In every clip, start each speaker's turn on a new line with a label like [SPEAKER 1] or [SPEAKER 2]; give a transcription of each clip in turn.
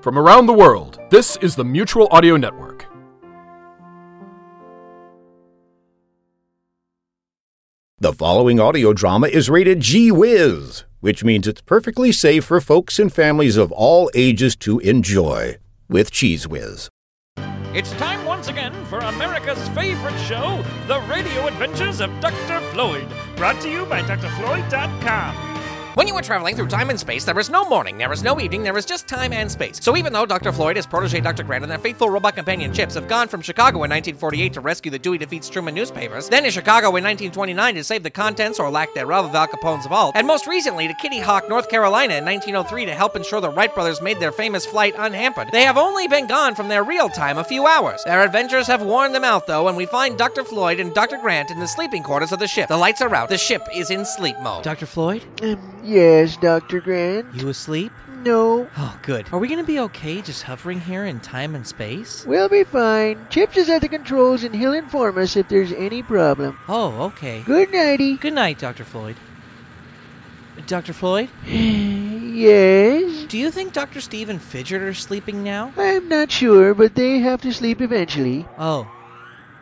[SPEAKER 1] From around the world, this is the Mutual Audio Network.
[SPEAKER 2] The following audio drama is rated G Wiz, which means it's perfectly safe for folks and families of all ages to enjoy with Cheese Whiz.
[SPEAKER 3] It's time once again for America's favorite show, The Radio Adventures of Dr. Floyd, brought to you by drfloyd.com.
[SPEAKER 4] When you were traveling through time and space, there was no morning, there was no evening, there was just time and space. So even though Dr. Floyd, his protege Dr. Grant, and their faithful robot companion Chips have gone from Chicago in 1948 to rescue the Dewey defeats Truman newspapers, then to Chicago in 1929 to save the contents or lack thereof of Al Capone's vault, and most recently to Kitty Hawk, North Carolina in 1903 to help ensure the Wright brothers made their famous flight unhampered, they have only been gone from their real time a few hours. Their adventures have worn them out though, and we find Dr. Floyd and Dr. Grant in the sleeping quarters of the ship. The lights are out. The ship is in sleep mode. Dr. Floyd?
[SPEAKER 5] Um, yes, Dr. Grant.
[SPEAKER 4] You asleep?
[SPEAKER 5] No,
[SPEAKER 4] Oh, good. Are we gonna be okay just hovering here in time and space?
[SPEAKER 5] we'll be fine. Chips is at the controls and he'll inform us if there's any problem.
[SPEAKER 4] Oh, okay.
[SPEAKER 5] Good nighty.
[SPEAKER 4] Good night, Dr. Floyd. Dr. Floyd?
[SPEAKER 5] yes?
[SPEAKER 4] Do you think Dr. Steve and Fidget are sleeping now?
[SPEAKER 5] I'm not sure, but they have to sleep eventually.
[SPEAKER 4] Oh.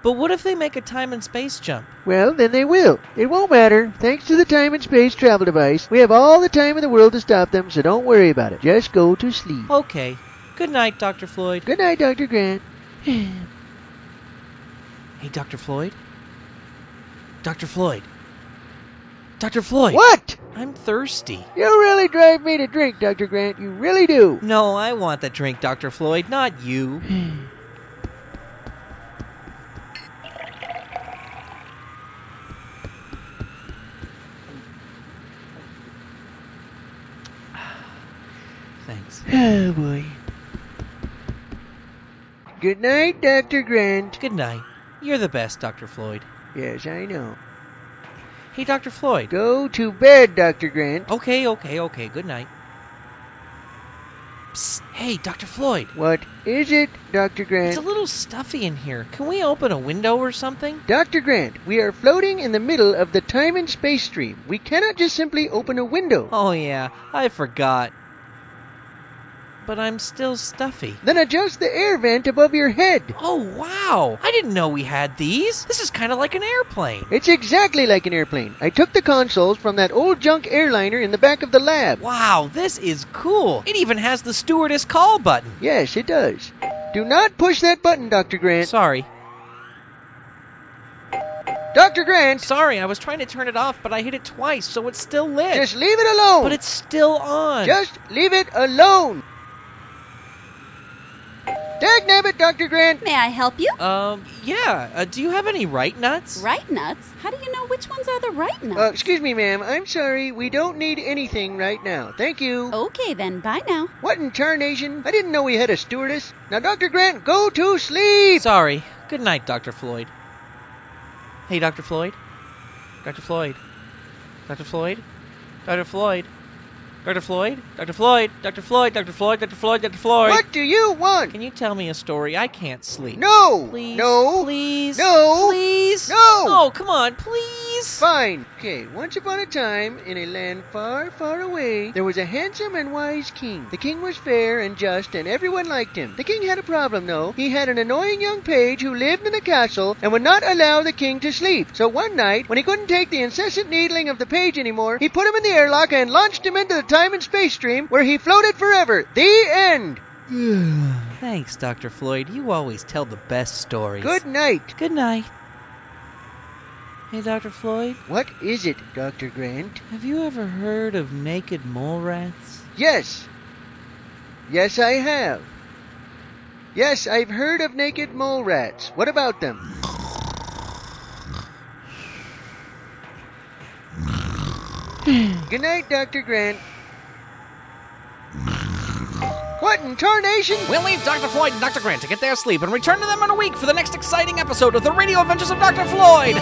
[SPEAKER 4] But what if they make a time and space jump?
[SPEAKER 5] Well, then they will. It won't matter. Thanks to the time and space travel device, we have all the time in the world to stop them, so don't worry about it. Just go to sleep.
[SPEAKER 4] Okay. Good night, Dr. Floyd.
[SPEAKER 5] Good night, Dr. Grant.
[SPEAKER 4] Hey, Dr. Floyd? Dr. Floyd? Dr. Floyd!
[SPEAKER 5] what?
[SPEAKER 4] I'm thirsty.
[SPEAKER 5] You really drive me to drink, Dr. Grant. You really do.
[SPEAKER 4] No, I want the drink, Dr. Floyd, not you. Thanks.
[SPEAKER 5] Oh, boy. Good night, Dr. Grant.
[SPEAKER 4] Good night. You're the best, Dr. Floyd.
[SPEAKER 5] Yes, I know.
[SPEAKER 4] Hey, Dr. Floyd.
[SPEAKER 5] Go to bed, Dr. Grant.
[SPEAKER 4] Okay, okay, okay. Good night. Psst. Hey, Dr. Floyd.
[SPEAKER 5] What is it,
[SPEAKER 4] It's
[SPEAKER 5] Dr.
[SPEAKER 4] a
[SPEAKER 5] Grant?
[SPEAKER 4] little stuffy in here. Can we open a window or something?
[SPEAKER 5] Dr. Grant, we are floating in the middle of the time and space stream. We cannot just simply open a window.
[SPEAKER 4] Oh, yeah. I forgot. But I'm still stuffy.
[SPEAKER 5] Then adjust the air vent above your head.
[SPEAKER 4] Oh, wow. I didn't know we had these. This is kind of like an airplane.
[SPEAKER 5] It's exactly like an airplane. I took the consoles from that old junk airliner in the back of the lab.
[SPEAKER 4] Wow, this is cool. It even has the stewardess call button.
[SPEAKER 5] Yes, it does. Do not push that button, Dr. Grant.
[SPEAKER 4] Sorry.
[SPEAKER 5] Dr. Grant,
[SPEAKER 4] Sorry, I was trying to turn it off, but I hit it twice, so it's still lit.
[SPEAKER 5] just leave it alone.
[SPEAKER 4] but it's still on.
[SPEAKER 5] Just leave it alone. Dagnabbit, Dr. Grant.
[SPEAKER 6] May I help you?
[SPEAKER 4] Um, yeah. Uh, do you have any right nuts?
[SPEAKER 6] Right nuts? How do you know which ones are the right nuts?
[SPEAKER 5] Uh, excuse me, ma'am. I'm sorry. We don't need anything right now. Thank you.
[SPEAKER 4] Oh.
[SPEAKER 6] Okay, then, bye now.
[SPEAKER 5] What in tarnation? I didn't know we had a stewardess. Now, Dr. Grant, go to sleep.
[SPEAKER 4] Sorry. Good night, Dr. Floyd. Hey, Dr. Floyd. Dr. Floyd. Dr. Floyd. Dr. Floyd. Dr. Floyd. Dr. Floyd. Dr. Floyd. Dr. Floyd. Dr. Floyd. Dr. Floyd.
[SPEAKER 5] What do you want?
[SPEAKER 4] Can you tell me a story? I can't sleep.
[SPEAKER 5] No.
[SPEAKER 4] Please.
[SPEAKER 5] No.
[SPEAKER 4] Please.
[SPEAKER 5] No.
[SPEAKER 4] Please.
[SPEAKER 5] No.
[SPEAKER 4] Oh, come on, please.
[SPEAKER 5] Fine. Okay, once upon a time, in a land far, far away, there was a handsome and wise king. The king was fair and just, and everyone liked him. The king had a problem, though. He had an annoying young page who lived in the castle and would not allow the king to sleep. So one night, when he couldn't take the incessant needling of the page anymore, he put him in the airlock and launched him into the time and space stream where he floated forever. The end.
[SPEAKER 4] Thanks, Dr. Floyd. You always tell the best stories.
[SPEAKER 5] Good night.
[SPEAKER 4] Good night. Hey, Dr. Floyd.
[SPEAKER 5] What is it, Dr. Grant?
[SPEAKER 4] Have you ever heard of naked mole rats?
[SPEAKER 5] Yes. Yes, I have. Yes, I've heard of naked mole rats. What about them? Good night, Dr. Grant. What in tarnation?
[SPEAKER 4] We'll leave Dr. Floyd and Dr. Grant to get their sleep and return to them in a week for the next exciting episode of The Radio Adventures of Dr. Floyd!